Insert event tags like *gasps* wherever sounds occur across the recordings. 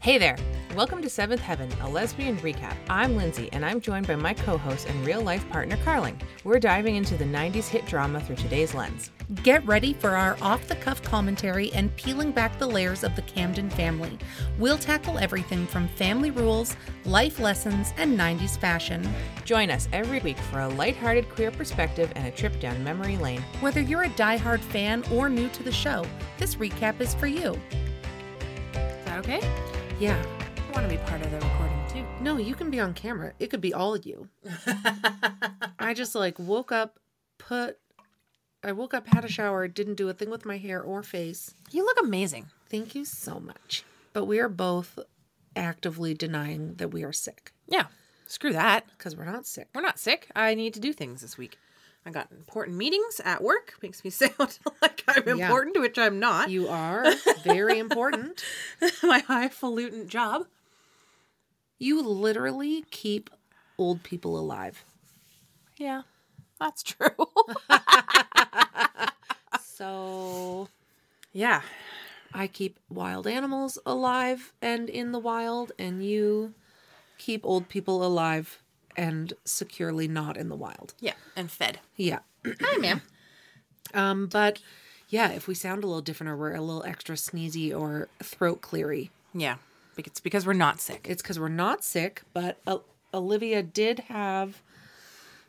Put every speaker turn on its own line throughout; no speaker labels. Hey there! Welcome to Seventh Heaven, a lesbian recap. I'm Lindsay, and I'm joined by my co host and real life partner, Carling. We're diving into the 90s hit drama through today's lens.
Get ready for our off the cuff commentary and peeling back the layers of the Camden family. We'll tackle everything from family rules, life lessons, and 90s fashion.
Join us every week for a lighthearted queer perspective and a trip down memory lane.
Whether you're a diehard fan or new to the show, this recap is for you.
Is that okay?
Yeah.
I want to be part of the recording too.
No, you can be on camera. It could be all of you.
*laughs*
I just like woke up, put, I woke up, had a shower, didn't do a thing with my hair or face.
You look amazing.
Thank you so much. But we are both actively denying that we are sick
Yeah. Screw that.
because we're not sick.
We're not sick. I need to do things this week. I got important meetings at work. Makes me *laughs* sound like I'm
Yeah.
important, which I'm not.
You are very important.
*laughs* My highfalutin job.
You literally keep old people alive.
Yeah. That's true. *laughs*
So
yeah.
I keep wild animals alive and in the wild, and you keep old people alive and securely not in the wild.
Yeah. And fed.
Yeah.
Hi, ma'am.
Um, but yeah, if we sound a little different or we're a little extra sneezy or throat cleary,
Yeah. Bec- It's because we're not sick.
it's because we're not sick, but uh, Olivia did have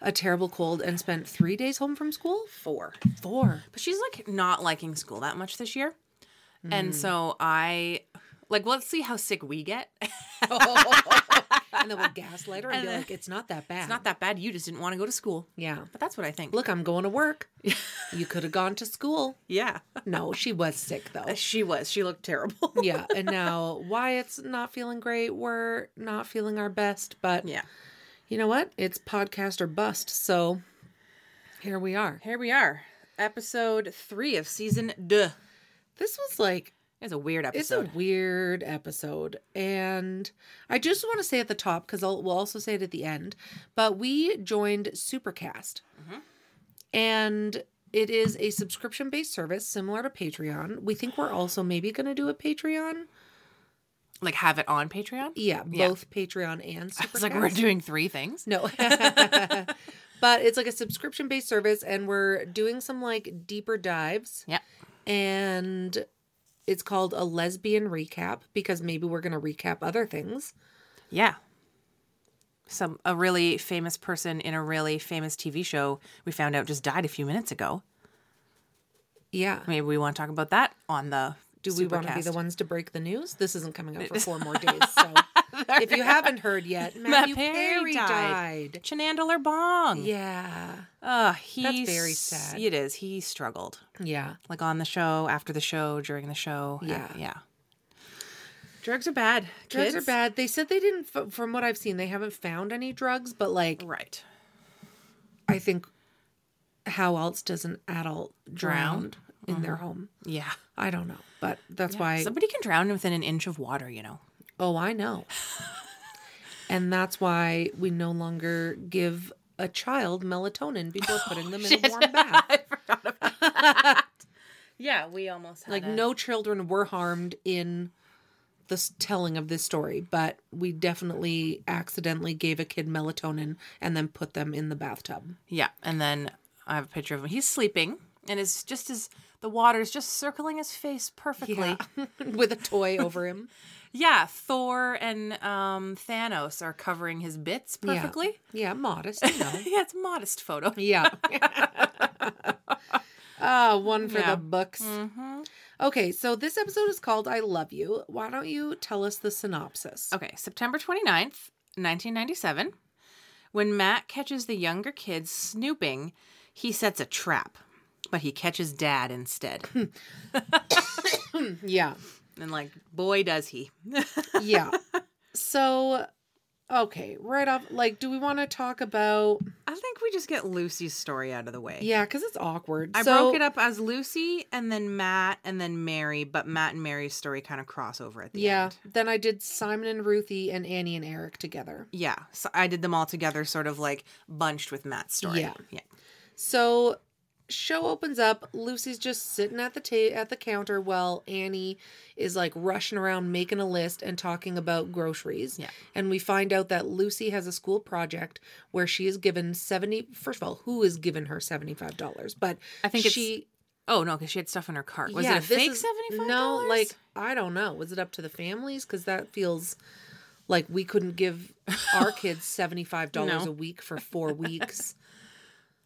a terrible cold and spent three days home from school.
Four. *laughs*
Four.
But she's like not liking school that much this year. And so I, like, let's see how sick we get. *laughs*
and then we'll gaslight her and, be like, "It's not that bad.
It's not that bad. You just didn't want to go to school.
Yeah.
But that's what I think.
Look, I'm going
*laughs*
to work. you could have gone to school.
Yeah.
No, she was sick
*laughs*
though.
She was. She looked terrible. *laughs*
yeah, and now Wyatt's not feeling great. We're not feeling our best, but
Yeah.
you know what? It's podcast or bust. So here we are.
Here we are. Episode three of season duh.
This was like
It's a weird
It's a
episode.
weird episode. And I just want to say at the top, because we'll also say it at the end, but we joined Supercast.
Mm-hmm.
And it is a subscription based service similar to Patreon. We think we're also maybe going to do a Patreon.
like have it on Patreon.
Yeah,
Yeah.
both
*laughs*
Patreon and Supercast.
It's like we're doing three things. *laughs*
No. *laughs* but it's like a subscription based service, and we're doing some like deeper dives.
Yeah.
And it's called a lesbian recap because maybe we're going to recap other things.
Yeah. Some a really famous person in a really famous TV show we found out just died a few minutes ago.
Yeah.
Maybe we want to talk about that on the
Do we want to be the
Supercast.
ones to break the news? This isn't coming out
*laughs*
for four more days. So if you haven't heard yet, Matthew Perry, died.
Chenandler Bong.
Yeah.
Ugh, he
very
s-
sad.
It is. He struggled.
Yeah.
Like on the show, after the show, during the show. Uh,
Yeah.
Yeah. Drugs are bad.
Drugs
kids.
are bad. They said they didn't, f- from what I've seen, they haven't found any drugs, but like,
Right.
I think how else does an adult
Drown?
drown
Mm-hmm.
in their home?
Yeah.
I don't know. But that's why,
Somebody can drown within an inch of water, you know.
oh,
*laughs*
I know. and that's why we no longer give a child
*laughs*
melatonin before
Oh,
putting them in a warm bath. *laughs*
Yeah, we almost had
like no children were harmed in this telling of this story but we definitely accidentally gave a kid melatonin and then put them in the bathtub
Yeah, and then I have a picture of him. He's sleeping, and it's just as the water's just circling his face perfectly. Yeah,
with a toy over
*laughs*
him
Thor and um, Thanos are covering his bits
Yeah.
perfectly.
yeah modest you know
*laughs* Yeah, it's a modest photo. *laughs*
yeah *laughs* Ah, one for
Yeah. Mm.
the books.
Mm-hmm.
Okay, so this episode is called I Love You. Why don't you tell us the synopsis?
Okay, September 29th, 1997. When Matt catches the younger kids snooping, he sets a trap, but he catches Dad instead. Oh.
*clears throat* Yeah.
and, like, boy, does he.
Yeah. so, okay, right off, like, do we want to talk about.
I think we just get Lucy's story out of the way.
Yeah, because it's awkward.
I
So-
broke it up as Lucy and then Matt and then Mary, but Matt and Mary's story kind of cross over at the
Yeah.
end.
Then I did Simon and Ruthie and Annie and Eric together.
Yeah. So I did them all together, sort of like bunched with Matt's story.
Yeah.
Yeah.
So show opens up. Lucy's just sitting at the ta- at the counter while Annie is like rushing around making a list and talking about groceries.
Yeah.
And we find out that Lucy has a school project where she is given 70 first of all, who is given her $75? But
I think it's-
she
Oh no, because she had stuff in her cart. Was it a
this
fake
is-
seventy five?
No, like I don't know. Was it up to the families cuz that feels like we couldn't give
*laughs*
our kids $75
No.
a week for 4 weeks.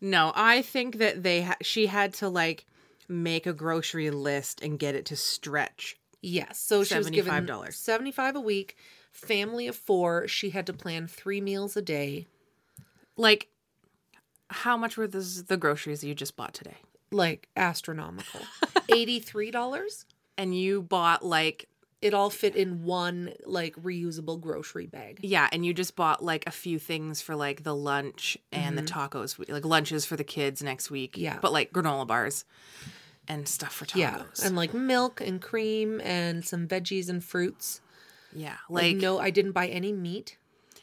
no. I think that they ha- she had to like make a grocery list and get it to stretch.
Yes. So she was given
$75.
seventy five a week, family of four. She had to plan three meals a day.
Like, how much were this, the groceries you just bought today?
Like
*laughs*
astronomical. Eighty three dollars?
And you bought like
It all fit in one like reusable grocery bag.
yeah, and you just bought like a few things for like the lunch and the tacos, like lunches for the kids next week.
Mm-hmm. Yeah.
but like granola bars and stuff for tacos.
Yeah. And like milk and cream and some veggies and fruits.
yeah,
Like,
like
no, I didn't buy any meat.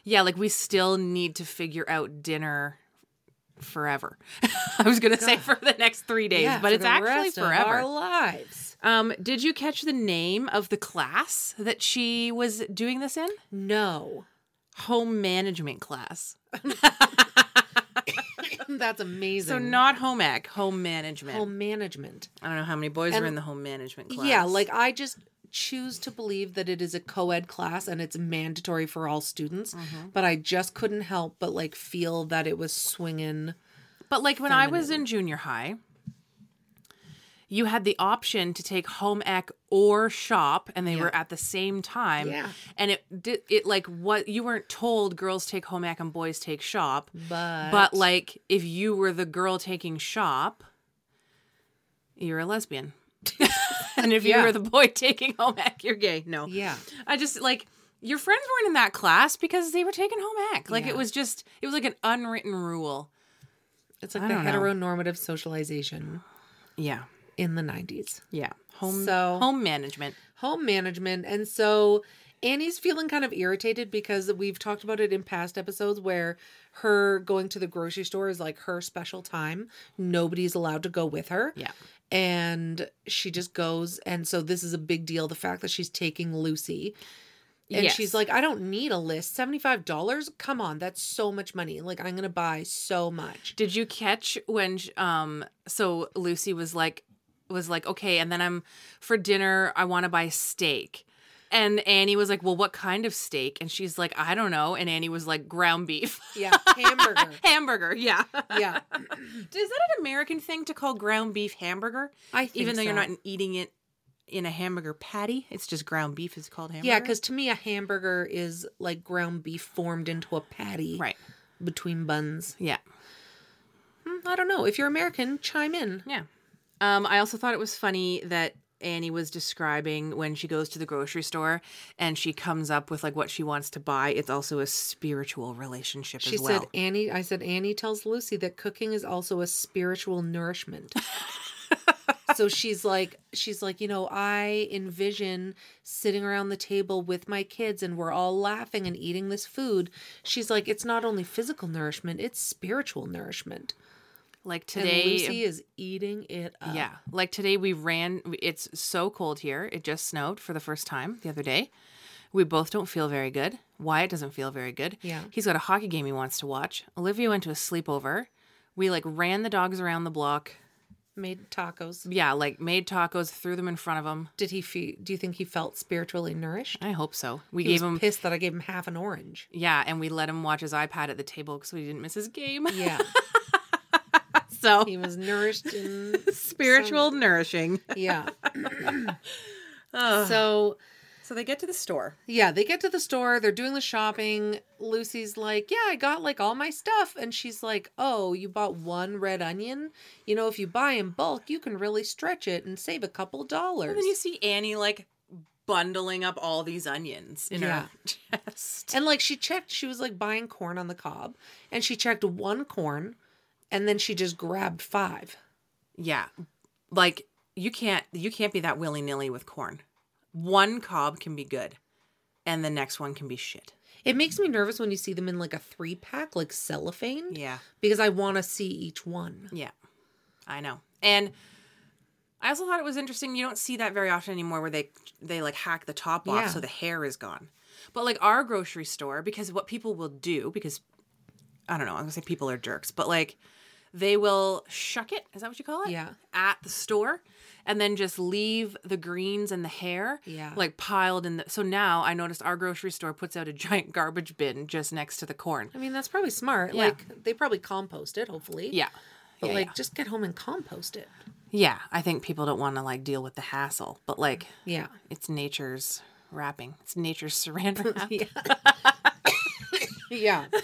Yeah, like we still need to figure out dinner forever. *laughs* I was going to say for the next three days,
Yeah,
but
for
it's
the
actually
rest of our
forever.
lives.
Um, did you catch the name of the class that she was doing this in? *laughs*
No.
Home management class.
That's amazing.
So not home ec, home management.
home management.
I don't know how many boys were
And-
in the home management class.
Yeah, like I just choose to believe that it is a co-ed class and it's mandatory for all students,
Mm-hmm.
but I just couldn't help but like feel that it was swinging.
But like when I was in junior high, you had the option to take home ec or shop, and they were at the same time.
Yeah.
And it did it like what you weren't told girls take home ec and boys take shop.
But
But like if you were the girl taking shop, you're a lesbian. *laughs* and if you
Yeah.
were the boy taking home ec, you're gay. No.
yeah,
I just like your friends weren't in that class because they were taking home ec. Like
Yeah.
it was just it was like an unwritten rule.
it's like
I
the
don't know.
heteronormative socialization
Yeah.
in the 90s.
Yeah. Home
So-
home management.
Home management and so Annie's feeling kind of irritated because we've talked about it in past episodes where her going to the grocery store is like her special time. Nobody's allowed to go with her.
Yeah.
and she just goes and so this is a big deal the fact that she's taking lucy and
Yes.
she's like i don't need a list $75 come on that's so much money like i'm gonna buy so much
Did you catch when sh- um so Lucy was like was like okay and then I'm for dinner I want to buy steak. And Annie was like, "Well, what kind of steak?" And she's like, "I don't know." And Annie was like, "Ground beef."
yeah
*laughs*
hamburger
hamburger, yeah.
yeah
*laughs* Is that an American thing to call ground beef hamburger?
i think
Even though you're
so.
not eating it in a hamburger patty, it's just ground beef is called hamburger.
yeah because to me a hamburger is like ground beef formed into a patty
right,
between buns
yeah.
Hmm, i don't know if you're american chime in
Yeah. Um, I also thought it was funny that Annie was describing when she goes to the grocery store and she comes up with like what she wants to buy. It's also a spiritual relationship
she
as well.
said annie i said annie tells lucy that cooking is also a spiritual
*laughs*
nourishment so she's like she's like you know i envision sitting around the table with my kids and we're all laughing and eating this food she's like it's not only physical nourishment it's spiritual nourishment
like
and
today,
lucy is eating it up
yeah, like today we ran. It's so cold here. It just snowed for the first time the other day. We both don't feel very good. Wyatt doesn't feel very good.
Yeah.
He's got a hockey game he wants to watch. Olivia went to a sleepover. We like ran the dogs around the block.
made tacos
Yeah, like made tacos, threw them in front of him.
did he feel do you think he felt spiritually nourished
I hope so. We
he
gave
was
him
pissed that i gave him half
*laughs*
an orange
Yeah, and we let him watch his iPad at the table because we didn't miss his game. *laughs*
yeah
So
he was nourished in
spiritual nourishing.
yeah
So,
so
so they get to the store.
yeah they get to the store they're doing the shopping lucy's like yeah i got like all my stuff and she's like oh you bought one red onion you know if you buy in bulk you can really stretch it and save a couple dollars
And then you see Annie like bundling up all these onions in her *laughs* chest.
and like she checked she was like buying corn on the cob and she checked one corn and then she just grabbed five
Yeah. Like you can't you can't be that willy nilly with corn. One cob can be good, and the next one can be shit.
it makes me nervous when you see them in like a three pack like cellophane
Yeah.
because i want to see each one
Yeah. I know. And I also thought it was interesting. You don't see that very often anymore, where they they like hack the top off
Yeah.
so the hair is gone. But like our grocery store, because what people will do, because I don't know, I'm gonna say people are jerks, but like they will shuck it. Is that what you call it?
Yeah.
At the store, and then just leave the greens and the hair,
Yeah.
like piled in the. So now I noticed our grocery store puts out a giant *laughs* garbage bin just next to the corn.
I mean, that's probably smart.
Yeah.
Like they probably compost it, hopefully.
Yeah.
But
Yeah,
like,
yeah.
just get home and compost it.
yeah, I think people don't want to like deal with the hassle, but like
Yeah.
it's nature's wrapping. It's nature's *laughs* saran wrap.
*laughs* Yeah. yeah.
*laughs*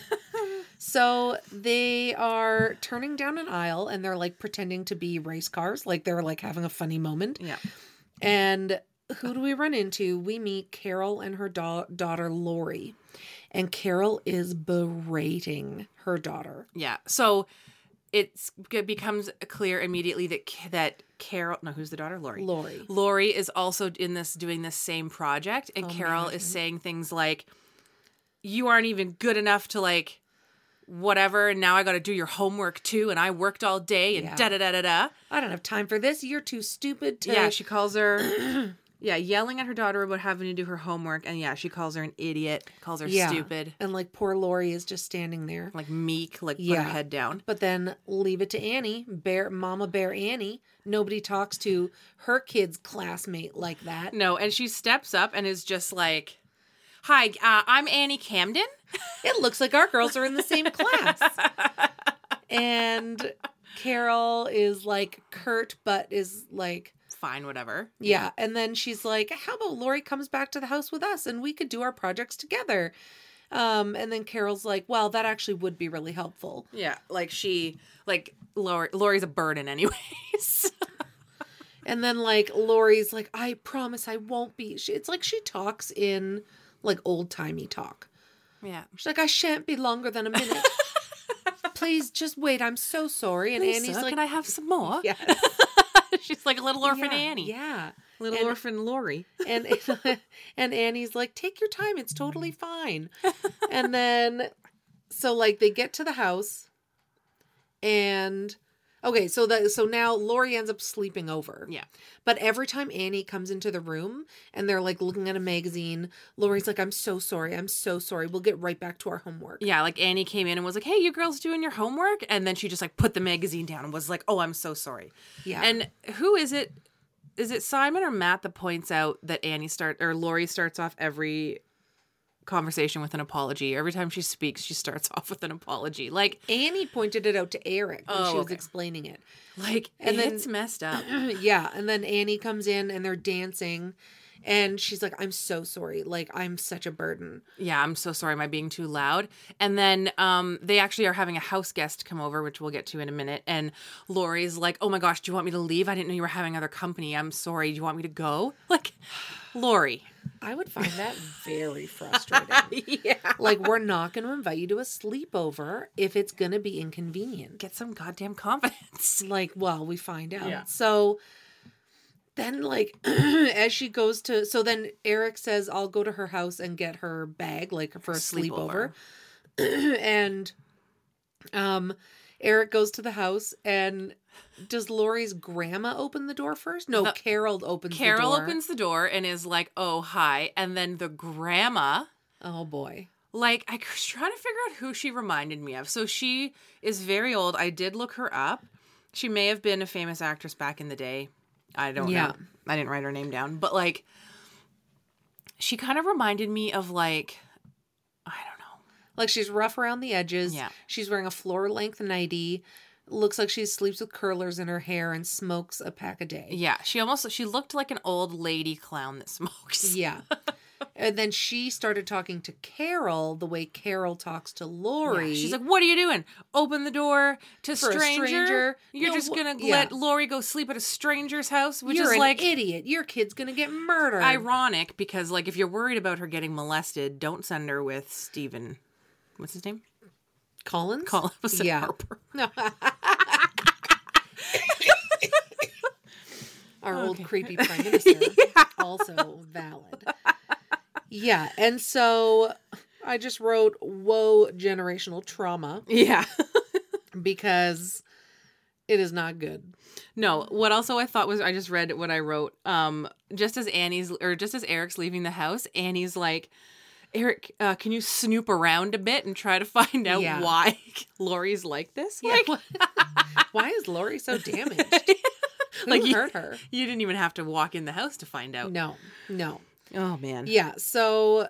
So they are turning down an aisle and they're like pretending to be race cars, like they're like having a funny moment.
yeah.
And who do we run into? We meet Carol and her da- daughter Lori. And Carol is berating her daughter.
Yeah. So it's it becomes clear immediately that Ca- that Carol, no, who's the daughter, Lori.
Lori.
Lori is also in this doing this same project and
Oh my
Carol
God.
is saying things like you aren't even good enough to like whatever and now I got to do your homework too and I worked all day and
Yeah.
da da da da da.
I don't have time for this. You're too stupid to.
Yeah, she calls *clears throat* her yeah, yelling at her daughter about having to do her homework and yeah, she calls her an idiot, calls her
Yeah.
stupid.
And like poor Lori is just standing there.
like meek, like put
Yeah.
her head down.
But then leave it to Annie, bear mama bear Annie. Nobody talks to her kid's classmate like that.
No, and she steps up and is just like, "Hi, uh, I'm Annie Camden."
It looks like our girls are in the same class. And Carol is like curt, but is like,
Fine, whatever.
yeah. And then she's like, how about Lori comes back to the house with us and we could do our projects together? Um, and then Carol's like, well, that actually would be really helpful.
Yeah, like she, like Lori, Lori's a burden, anyways. *laughs*
And then like Lori's like, I promise I won't be. She, it's like she talks in like old timey talk.
yeah,
She's like, I shan't be longer than
*laughs*
a minute. Please just wait. I'm so sorry. And Annie's
Lisa,
like,
"Can I have some more?"
yeah,
*laughs* she's like little orphan
yeah,
Annie,
Yeah.
little
And-
orphan Lori.
And *laughs* and Annie's like, take your time. It's totally fine.
*laughs*
And then so like they get to the house and okay, so that so now Lori ends up sleeping over.
Yeah,
But every time Annie comes into the room and they're like looking at a magazine, Lori's like, I'm so sorry. I'm so sorry. We'll get right back to our homework.
yeah. Like Annie came in and was like, "Hey, you girls doing your homework?" And then she just like put the magazine down and was like, "Oh, I'm so sorry."
Yeah.
And who is it? Is it Simon or Matt that points out that Annie start or Lori starts off every conversation with an apology? Every time she speaks, she starts *laughs* off with an apology. Like,
Annie pointed it out to Eric when
Oh,
she was
okay.
explaining it.
like
And then-
it's messed up.
*clears throat* yeah. And then Annie comes in and they're dancing. And she's like, I'm so sorry. Like, I'm such a burden.
yeah, I'm so sorry. Am I being too loud? And then um, they actually are having a house guest come over, which we'll get to in a minute. And Lori's like, "Oh my gosh, do you want me to leave? I didn't know you were having other company. I'm sorry. Do you want me to go?" Like, *sighs* Lori.
I would find *laughs* that very frustrating.
*laughs* yeah.
like, we're not going to invite you to a sleepover if it's going to be inconvenient.
Get some goddamn confidence.
like well we find out
Yeah.
so then like *clears throat* as she goes to so then eric says i'll go to her house and get her bag like for a sleepover,
Sleepover.
*clears throat* and um eric goes to the house and does lori's grandma open the door first no
The-
carol opens
Uh, Carol
the door
opens the door and is like, "Oh, hi." And then the grandma,
oh boy
like I was trying to figure out who she reminded me of. So she is very old. I did look her up. She may have been a famous actress back in the day. I don't
Yeah.
know. I didn't write her name down, but like she kind of reminded me of like I don't know.
like she's rough around the edges
Yeah.
she's wearing a floor length nightie looks like she sleeps with curlers in her hair and smokes a pack a day
Yeah, she almost she looked like an old lady clown that *laughs* smokes.
Yeah. and then she started talking to Carol the way Carol talks to Lori.
Yeah, She's like, "What are you doing? Open the door to
For a
stranger?
stranger?
You're
No,
just
wh-
gonna
yeah.
let Lori go sleep at a stranger's house?" Which
You're
is
an
like
idiot. Your kid's gonna get murdered.
ironic because, like, if you're worried about her getting molested, don't send her with Stephen. What's his name?
Collins. *laughs*
Colin. I said
Yeah.
Harper.
No. *laughs* Our old *laughs* creepy prime minister. Also valid. Yeah, and so I just wrote "Whoa, generational trauma"
Yeah.
because It is not good.
No, what also I thought was I just read what I wrote. Um, just as Annie's or just as Eric's leaving the house, Annie's like, Eric, uh, can you snoop around a bit and try to find out
Yeah.
why *laughs* Lori's like this?
Yeah,
Like,
what- *laughs* Why is Lori so damaged? *laughs* Who
Like, you-
hurt her?
*laughs* you didn't even have to walk in the house to find out.
No, no.
Oh man.
Yeah, so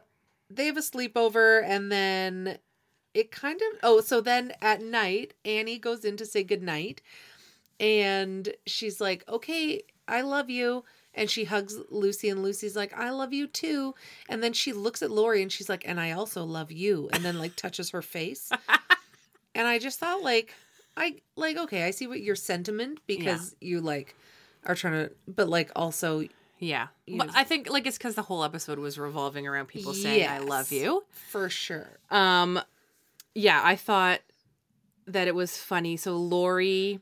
they have a sleepover and then it kind of oh, so then at night Annie goes in to say goodnight and she's like, "Okay, I love you." And she hugs Lucy and Lucy's like, "I love you too." And then she looks at Lori and she's like, "And I also love you." And then like touches
*laughs*
her face. and I just thought like I like okay, I see what your sentiment because you like are trying to but like also
Yeah. But
Yes.
I think like it's because the whole episode was revolving around people saying I love
Yes.
you.
for sure.
Um, yeah, I thought that it was funny. So Lori,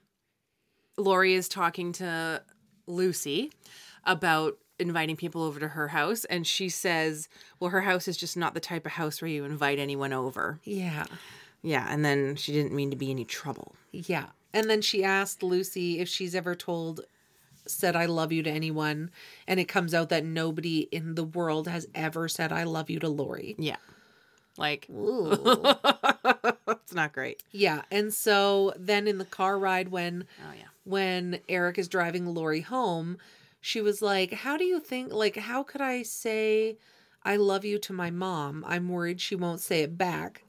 Lori is talking to Lucy about inviting people over to her house, and she says, "Well, her house is just not the type of house where you invite anyone over."
Yeah.
Yeah, and then she didn't mean to be any trouble.
Yeah. And then she asked Lucy if she's ever told, said, I love you to anyone. And it comes out that nobody in the world has ever said, I love you to Lori.
Yeah, like
Ooh.
*laughs* it's not great.
*laughs* yeah. And so then in the car ride, when
Oh yeah,
when Eric is driving Lori home, she was like, How do you think, like, how could I say I love you to my mom? I'm worried she won't say
*laughs*
it back.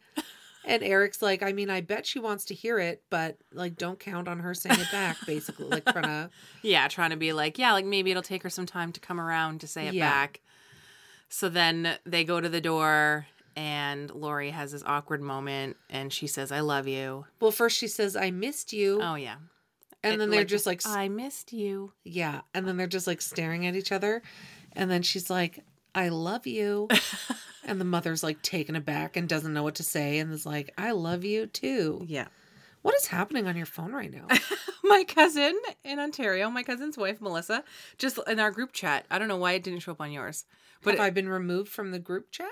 And Eric's like, I mean, I bet she wants to hear it, but like, don't count on her saying it
*laughs*
back, basically. Like, trying to,
yeah, trying to be like, yeah, like maybe it'll take her some time to come around to say it
Yeah.
back. So then they go to the door, and Lori has this awkward moment, and she says, "I love you."
well, first she says, I missed you.
Oh yeah,
and
It-
then they're just like, s-
"I missed you."
yeah. And then they're just like staring at each other. And then she's like, I
*laughs*
love you. and the mother's like taken aback and doesn't know what to say and is like, I love you too.
Yeah,
What is happening on your phone right now?
*laughs* my cousin in Ontario, my cousin's wife Melissa, just in our group chat. I don't know why it didn't show up on yours, *laughs* but
Have I
it,
been removed from the group chat?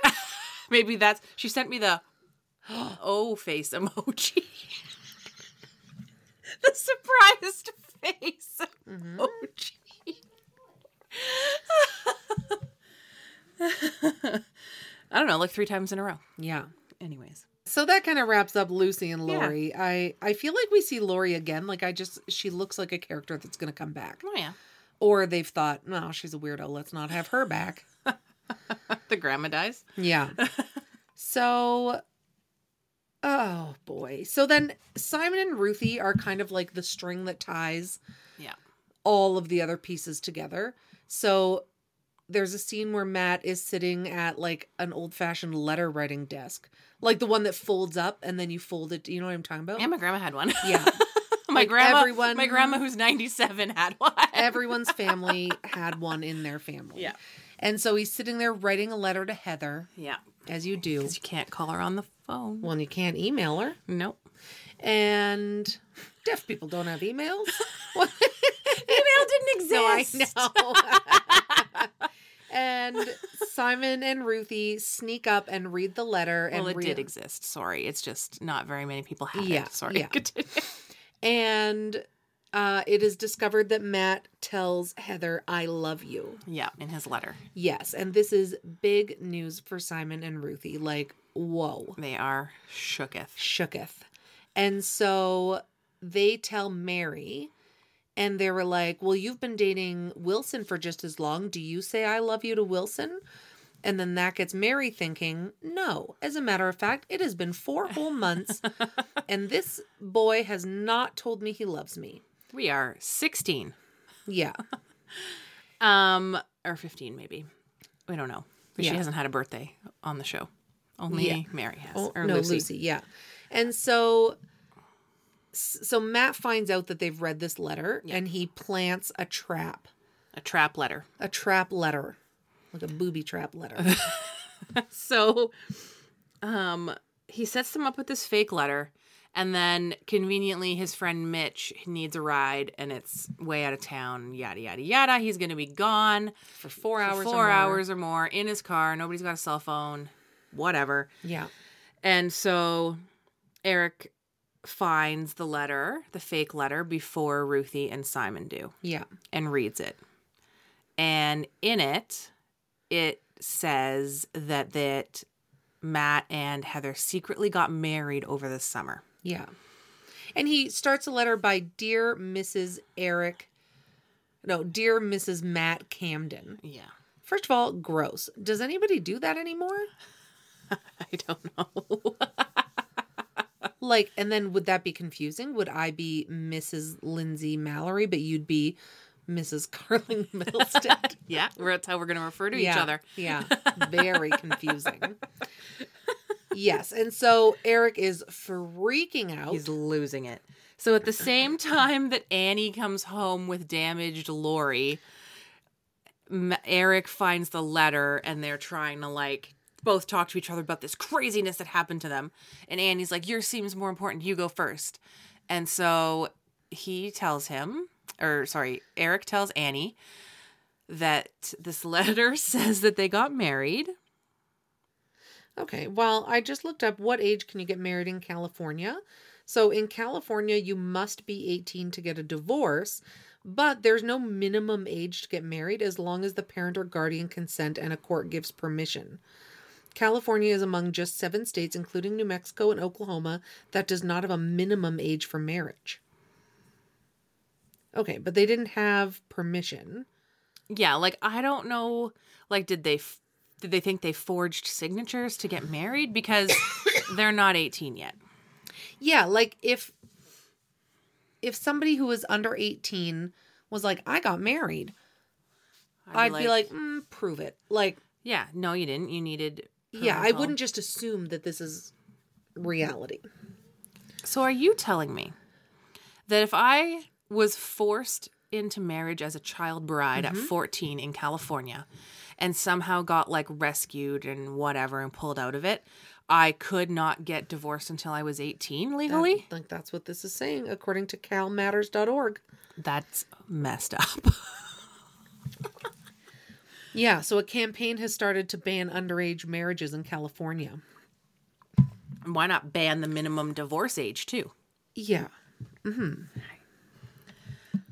maybe that's she sent me the *gasps* oh face *laughs* emoji, the surprised face Mm-hmm.
Oh.
emoji. *laughs* I don't know, like three times in a row.
Yeah.
Anyways,
So that kind of wraps up Lucy and
Yeah.
Lori. I I feel like we see Lori again. Like I just she looks like a character that's going to come back.
oh yeah,
Or they've thought, "No, she's a weirdo. Let's not have her back."
the grandma dies. *laughs*
Yeah. so oh boy. So then Simon and Ruthie are kind of like the string that ties
Yeah.
all of the other pieces together. So there's a scene where Matt is sitting at like an old fashioned letter writing desk, like the one that folds up and then you fold it. You know what I'm talking about?
And my grandma had one. *laughs*
Yeah.
my
Like,
grandma,
everyone-
my grandma who's 97 had one. *laughs*
Everyone's family had one in their family.
Yeah.
And so he's sitting there writing a letter to Heather,
yeah.
as you do.
Because you can't call her on the phone.
Well, and you can't email her.
Nope.
And deaf people don't have emails.
*laughs* Email *laughs* didn't
*laughs* No, I
exist.
know. *laughs* and Simon and Ruthie sneak up and read the letter and
Well, it
read
did exist. Sorry. It's just not very many people had
Yeah,
it. Sorry. *laughs*
yeah.
Continue.
and uh, it is discovered that Matt tells Heather, "I love you."
yeah, in his letter.
Yes, and this is big news for Simon and Ruthie. Like, whoa,
They are shooketh.
shooketh. And so they tell Mary, and they were like, "Well, you've been dating Wilson for just as long. Do you say I love you to Wilson?" And then that gets Mary thinking, no, as a matter of fact, it has been four whole months, and this boy has not told me he loves me.
We are 16.
Yeah.
Um, or 15 maybe. We don't know. But
Yeah.
She hasn't had a birthday on the show. Only
Yeah.
Mary has.
Oh,
or
no, Lucy.
Lucy.
Yeah. And so s- so Matt finds out that they've read this letter and he plants a trap,
A trap letter.
a trap letter, like a booby trap letter.
So um he sets them up with this fake letter and then conveniently his friend Mitch needs a ride and it's way out of town, yada yada yada. He's gonna be gone
*laughs* for 4 hours
for
or
four
more.
hours or more in his car, nobody's got a cell phone, whatever.
Yeah.
And so Eric finds the letter, the fake letter, before Ruthie and Simon do
Yeah.
and reads it. And in it, it says that that Matt and Heather secretly got married over the summer.
Yeah. And he starts a letter by Dear Mrs. Eric. No, Dear Mrs. Matt Camden.
Yeah.
First of all, gross. Does anybody do that anymore?
*laughs* I don't know.
Like, and then would that be confusing? Would I be Mrs. Lindsay Mallory, but you'd be Mrs. *laughs* Carling Middlestead?
yeah, we're- that's how we're going to refer to each
Yeah,
other. *laughs*
Yeah. Very confusing. yes. And so Eric is freaking out.
He's losing it. So at the same time that Annie comes home with damaged Lori, M- Eric finds the letter and they're trying to like both talk to each other about this craziness that happened to them. And Annie's like, "Yours seems more important. You go first. And so he tells him, or sorry, Eric tells Annie that this *laughs* letter says that they got married.
Okay. Well, I just looked up what age can you get married in California. So in California, you must be 18 to get a divorce, but there's no minimum age to get married as long as the parent or guardian consent and a court gives permission. California is among just seven states, including New Mexico and Oklahoma, that does not have a minimum age for marriage. Okay, but they didn't have permission.
Yeah, like I don't know. Like, did they f- did they think they forged signatures to get married
*coughs*
because they're not eighteen yet?
Yeah, like if if somebody who was under 18 was like, I got married, I'd, be like, mm, prove it. Like,
yeah, no, you didn't. You needed.
yeah, I
parental-
wouldn't just assume that this is reality.
So, are you telling me that if I was forced into marriage as a child bride
Mm-hmm.
at fourteen in California, and somehow got like rescued and whatever and pulled out of it, I could not get divorced until I was eighteen legally?
I think that's what this is saying, according to calmatters.org.
That's messed up.
Yeah, so a campaign has started to ban underage marriages in California.
Why not ban the minimum divorce age too?
Yeah.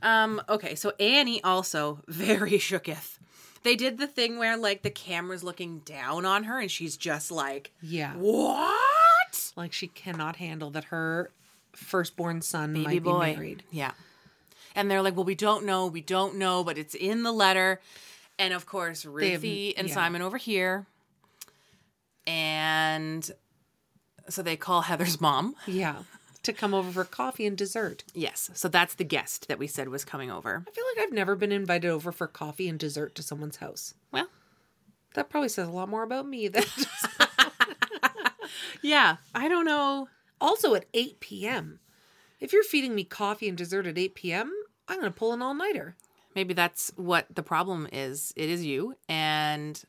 Um, okay, so Annie also *laughs* very shooketh. They did the thing where like the camera's looking down on her and she's just like,
Yeah.
What?
Like she cannot handle that her firstborn son might be married.
Yeah. And they're like, Well, we don't know, we don't know, but it's in the letter. And of course,
have-
Ruthie and
yeah.
Simon over here. And so they call Heather's mom.
Yeah. To come over for coffee and dessert.
Yes. So that's the guest that we said was coming over.
I feel like I've never been invited over for coffee and dessert to someone's house.
Well,
That probably says a lot more about
*laughs*
me than
yeah. I don't know.
also at 8 p.m. If you're feeding me coffee and dessert at 8 p.m., I'm going to pull an all nighter.
Maybe that's what the problem is. It is you. And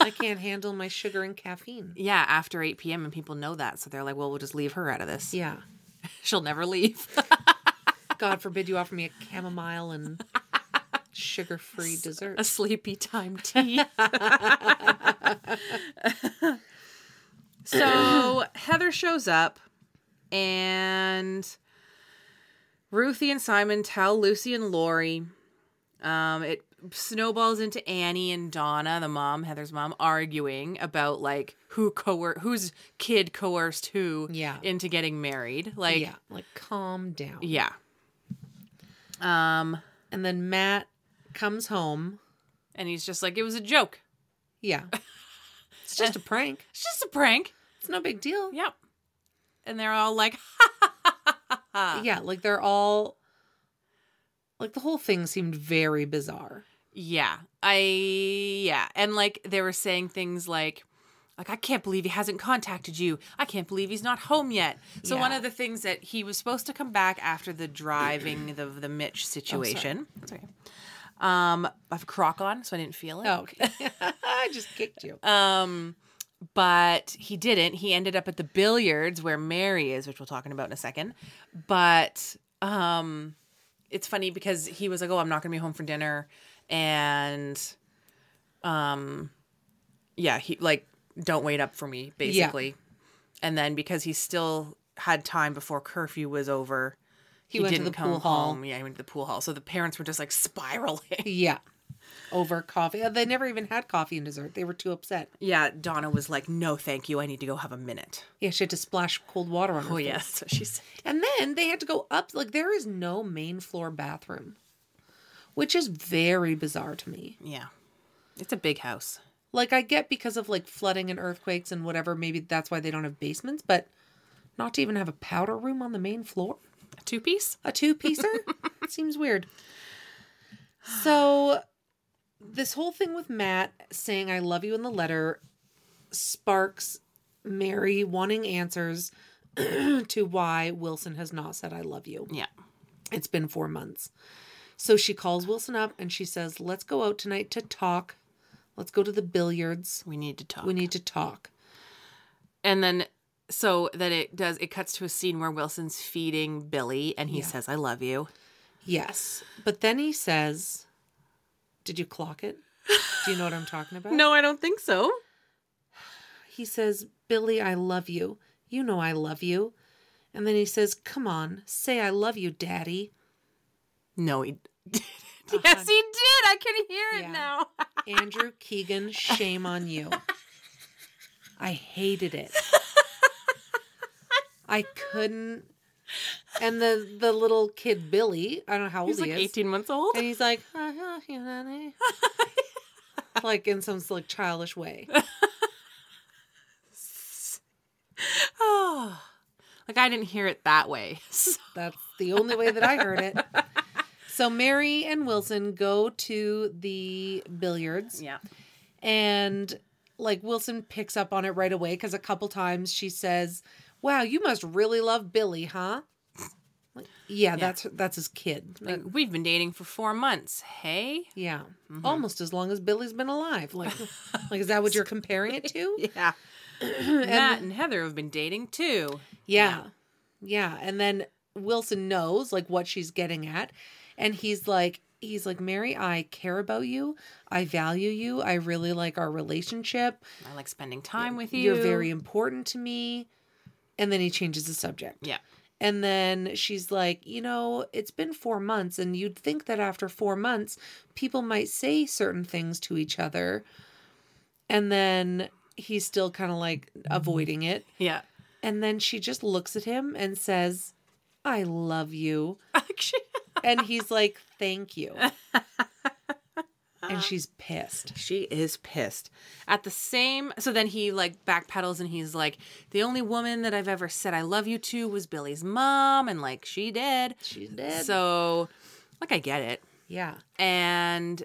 I can't handle my sugar and caffeine.
yeah, after 8 p.m., and people know that. So they're like, well, we'll just leave her out of this.
Yeah.
She'll never leave.
God forbid you offer me a chamomile and sugar free dessert.
A sleepy time tea. *laughs* so Heather shows up, and Ruthie and Simon tell Lucy and Lori. Um, it snowballs into Annie and Donna, the mom, Heather's mom, arguing about like who coer whose kid coerced who
Yeah.
into getting married. Like
yeah. Like, calm down.
yeah. Um,
And then Matt comes home.
and he's just like, it was a joke.
Yeah. It's just a prank.
It's just a prank.
It's no big deal.
Yep. And they're all like,
yeah like they're all like the whole thing seemed very bizarre
yeah, I, yeah. And like, they were saying things like, like, I can't believe he hasn't contacted you. I can't believe he's not home yet. So one
Yeah.
of the things that he was supposed to come back after the driving of the Mitch situation. That's okay. Um, I have a crock on, so I didn't feel it.
oh okay *laughs* Uh, i just kicked you
Um, but he didn't. He ended up at the billiards where Mary is, which we'll talking about in a second. But um, it's funny because he was like, "Oh, I'm not gonna be home for dinner," and um, yeah, he like don't wait up for me basically. And then because he's still had time before curfew was over.
He went to the pool hall.
home. Yeah, he went to the pool hall. So the parents were just like spiraling. *laughs*
Yeah. Over coffee. Uh, They never even had coffee and dessert. They were too upset.
Yeah, Donna was like, "No, thank you. I need to go have a minute."
Yeah, she had to splash cold water on her.
Oh
face.
yes, *laughs* so she said.
And then they had to go up. Like, there is no main floor bathroom, which is very bizarre to me.
Yeah, it's a big house.
Like, I get because of like flooding and earthquakes and whatever, maybe that's why they don't have basements, but not to even have a powder room on the main floor?
A two piece.
A two piecer? Seems weird. So, this whole thing with Matt saying, I love you in the letter sparks Mary wanting answers *clears throat* to why Wilson has not said, I love you.
Yeah.
It's been four months. So she calls Wilson up and she says, Let's go out tonight to talk. Let's go to the billiards.
We need to talk.
We need to talk.
and then so then it does it cuts to a scene where Wilson's feeding Billy and he says, I love you.
Yes. But then he says, Did you clock it? Do you know what I'm talking about?
No, I don't think so.
He says, Billy, I love you. You know I love you. And then he says, Come on, say I love you, Daddy.
No, he *laughs* did. Yes, he did. I can hear it
Yeah.
now. *laughs*
Andrew Keegan, shame on you. I hated it. I couldn't. And the the little kid Billy, I don't know how old
He's
he
like
is,
18 months old.
and he's like, "Uh-huh,
*laughs*
like in some like childish way.
Oh, *sighs* like I didn't hear it that way. *laughs* So-
That's the only way that I heard it. So Mary and Wilson go to the billiards.
yeah.
and like Wilson picks up on it right away because a couple times she says, "Wow, you must really love Billy, huh?" Like, yeah, that's that's his kid.
Like,
Like,
we've been dating for four months. Hey?
yeah,
mm-hmm.
almost as long as Billy's been alive. Like, like is that what you're comparing it to?
*laughs* Yeah. *clears throat* Matt and Heather have been dating too.
Yeah. Yeah. And then Wilson knows like what she's getting at. And he's like, he's like, Mary, I care about you. I value you. I really like our relationship.
I like spending time with you.
You're very important to me. And then he changes the subject.
Yeah.
And then she's like, you know, it's been four months, and you'd think that after four months, people might say certain things to each other. And then he's still kind of like avoiding it.
Yeah.
And then she just looks at him and says, I love you. *laughs*
Actually,
And
*laughs*
he's like, thank you. and
*laughs*
she's pissed.
She is pissed. At the same so then he like backpedals and he's like, the only woman that I've ever said I love you to was Billy's mom and like she did.
She's dead.
So
So,
like I get it.
yeah.
And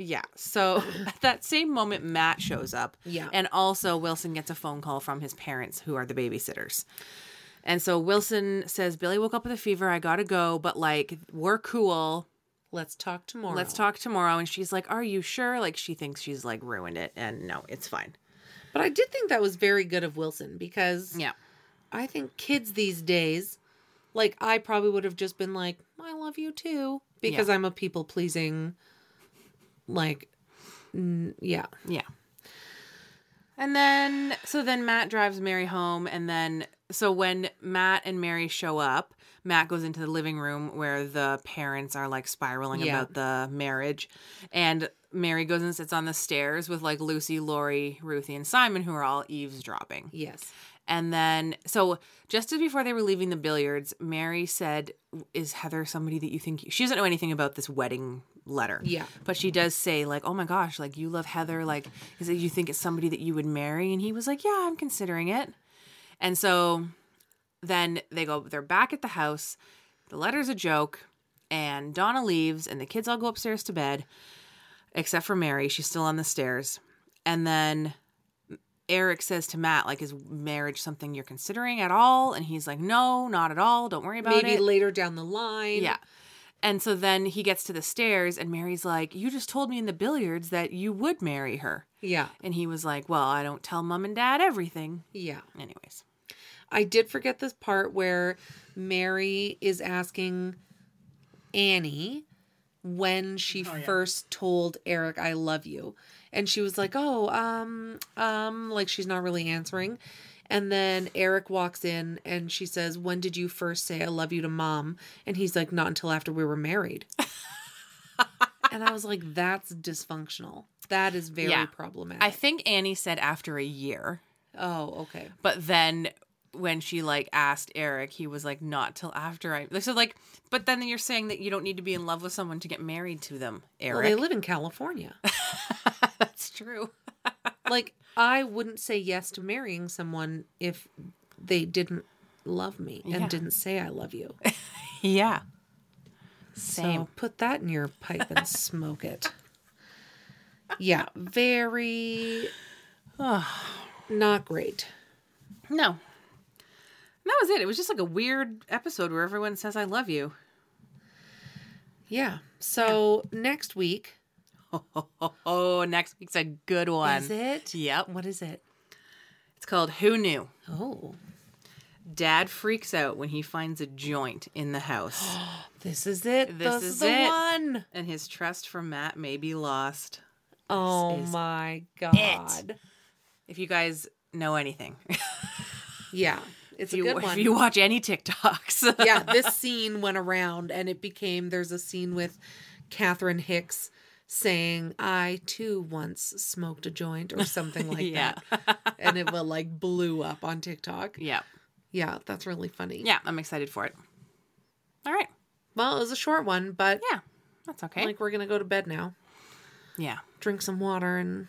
yeah,
*laughs*
so at that same moment Matt shows up.
Yeah.
And also Wilson gets a phone call from his parents who are the babysitters. And so Wilson says, Billy woke up with a fever, I gotta go, but like we're cool.
Let's talk tomorrow.
Let's talk tomorrow. And she's like, Are you sure? Like, she thinks she's like ruined it. And no, it's fine.
But I did think that was very good of Wilson because
Yeah.
I think kids these days, like I probably would have just been like, I love you too, because
Yeah.
I'm a people pleasing, like, n- yeah.
Yeah. And then, so then Matt drives Mary home. And then, so when Matt and Mary show up, Matt goes into the living room where the parents are like spiraling
Yeah.
about the marriage. And Mary goes and sits on the stairs with like Lucy, Lori, Ruthie, and Simon, who are all eavesdropping.
Yes.
And then, so just as before they were leaving the billiards, Mary said, Is Heather somebody that you think she doesn't know anything about this wedding letter?
Yeah.
But she does say, like, oh my gosh, like you love Heather, like, is it you think it's somebody that you would marry? And he was like, Yeah, I'm considering it. And so then they go, they're back at the house. The letter's a joke, and Donna leaves, and the kids all go upstairs to bed, except for Mary. She's still on the stairs. And then Eric says to Matt, like, is marriage something you're considering at all? And he's like, no, not at all. Don't worry about it.
Maybe later down the line.
Yeah. And so then he gets to the stairs, and Mary's like, You just told me in the billiards that you would marry her.
Yeah.
And he was like, Well, I don't tell mom and dad everything.
Yeah.
Anyways.
I did forget this part where Mary is asking Annie when she
Oh,
first told Eric I love you. And she was like, "Oh, um um like she's not really answering." And then Eric walks in and she says, When did you first say I love you to mom? And he's like, Not until after we
*laughs*
were married. and I was like, That's dysfunctional. That is very
Yeah.
problematic.
I think Annie said after a year,
oh, okay.
but then when she like asked Eric, he was like, "Not till after I." So like, but then you're saying that you don't need to be in love with someone to get married to them, *laughs*
Well, they
Eric.
live in California.
That's true.
like, I wouldn't say yes to marrying someone if they didn't love me
Yeah.
and didn't say I
*laughs*
love you.
Yeah. Same.
So put that in your
*laughs*
pipe and smoke it. Yeah,
*sighs*
very not great.
No. And that was it. It was just like a weird episode where everyone says I love you.
Yeah. So next week
Oh, next week's a good one.
is it?
Yep.
What is it?
It's called Who Knew?
Oh,
Dad freaks out when he finds a joint in the house.
*gasps* this is it.
This
This,
is
is the
it.
one.
and his trust for Matt may be lost.
Oh
is
my god.
If you guys know anything,
Yeah, it's
if you, *laughs*
a good
if
one.
you watch any TikToks, *laughs*
*laughs* yeah, this scene went around and it became there's a scene with Catherine Hicks saying, I too once smoked a joint or something
*laughs*
like
Yeah.
that. And it will like blew up on TikTok.
yeah,
Yeah, that's really funny.
yeah, I'm excited for it. All right,
Well, it was a short one, but
yeah, that's okay.
like we're gonna go to bed now,
yeah,
drink some water and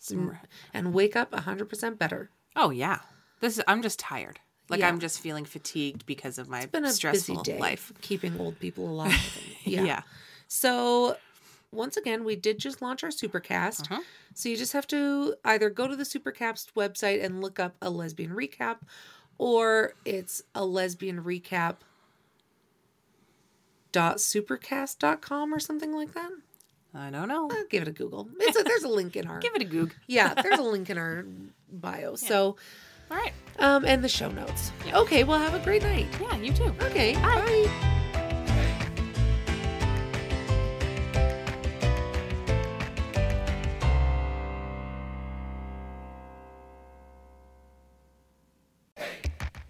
Some-
and wake up hundred percent better.
oh yeah, this is. I'm just tired. Like
Yeah.
I'm just feeling fatigued because of my
Been a
stressful
busy day
life.
keeping old
*laughs*
people alive.
Yeah.
So once again, we did just launch our supercast.
Uh-huh.
So you just have to either go to the supercast website and look up a lesbian recap, or it's a lesbian recap dot supercast.com or something like that.
I don't know.
Uh, give it a Google. It's a, there's a link in our
*laughs* Give it a goog.
yeah, there's a link in our bio. So
All right.
um and the show notes.
Yeah.
Okay, well have a great night.
Yeah, you too.
Okay.
Bye.
bye.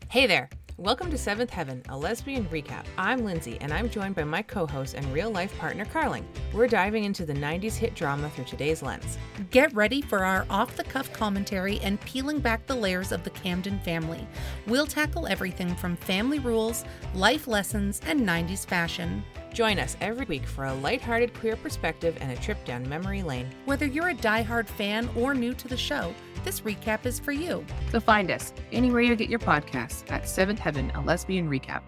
Hey there! Welcome to Seventh Heaven, a lesbian recap. I'm Lindsay, and I'm joined by my co host and real life partner, Carling. We're diving into the 90s hit drama through today's lens.
Get ready for our off the cuff commentary and peeling back the layers of the Camden family. We'll tackle everything from family rules, life lessons, and 90s fashion.
Join us every week for a lighthearted queer perspective and a trip down memory lane.
Whether you're a diehard fan or new to the show, this recap is for you.
So find us anywhere you get your podcasts at Seventh Heaven, a lesbian recap.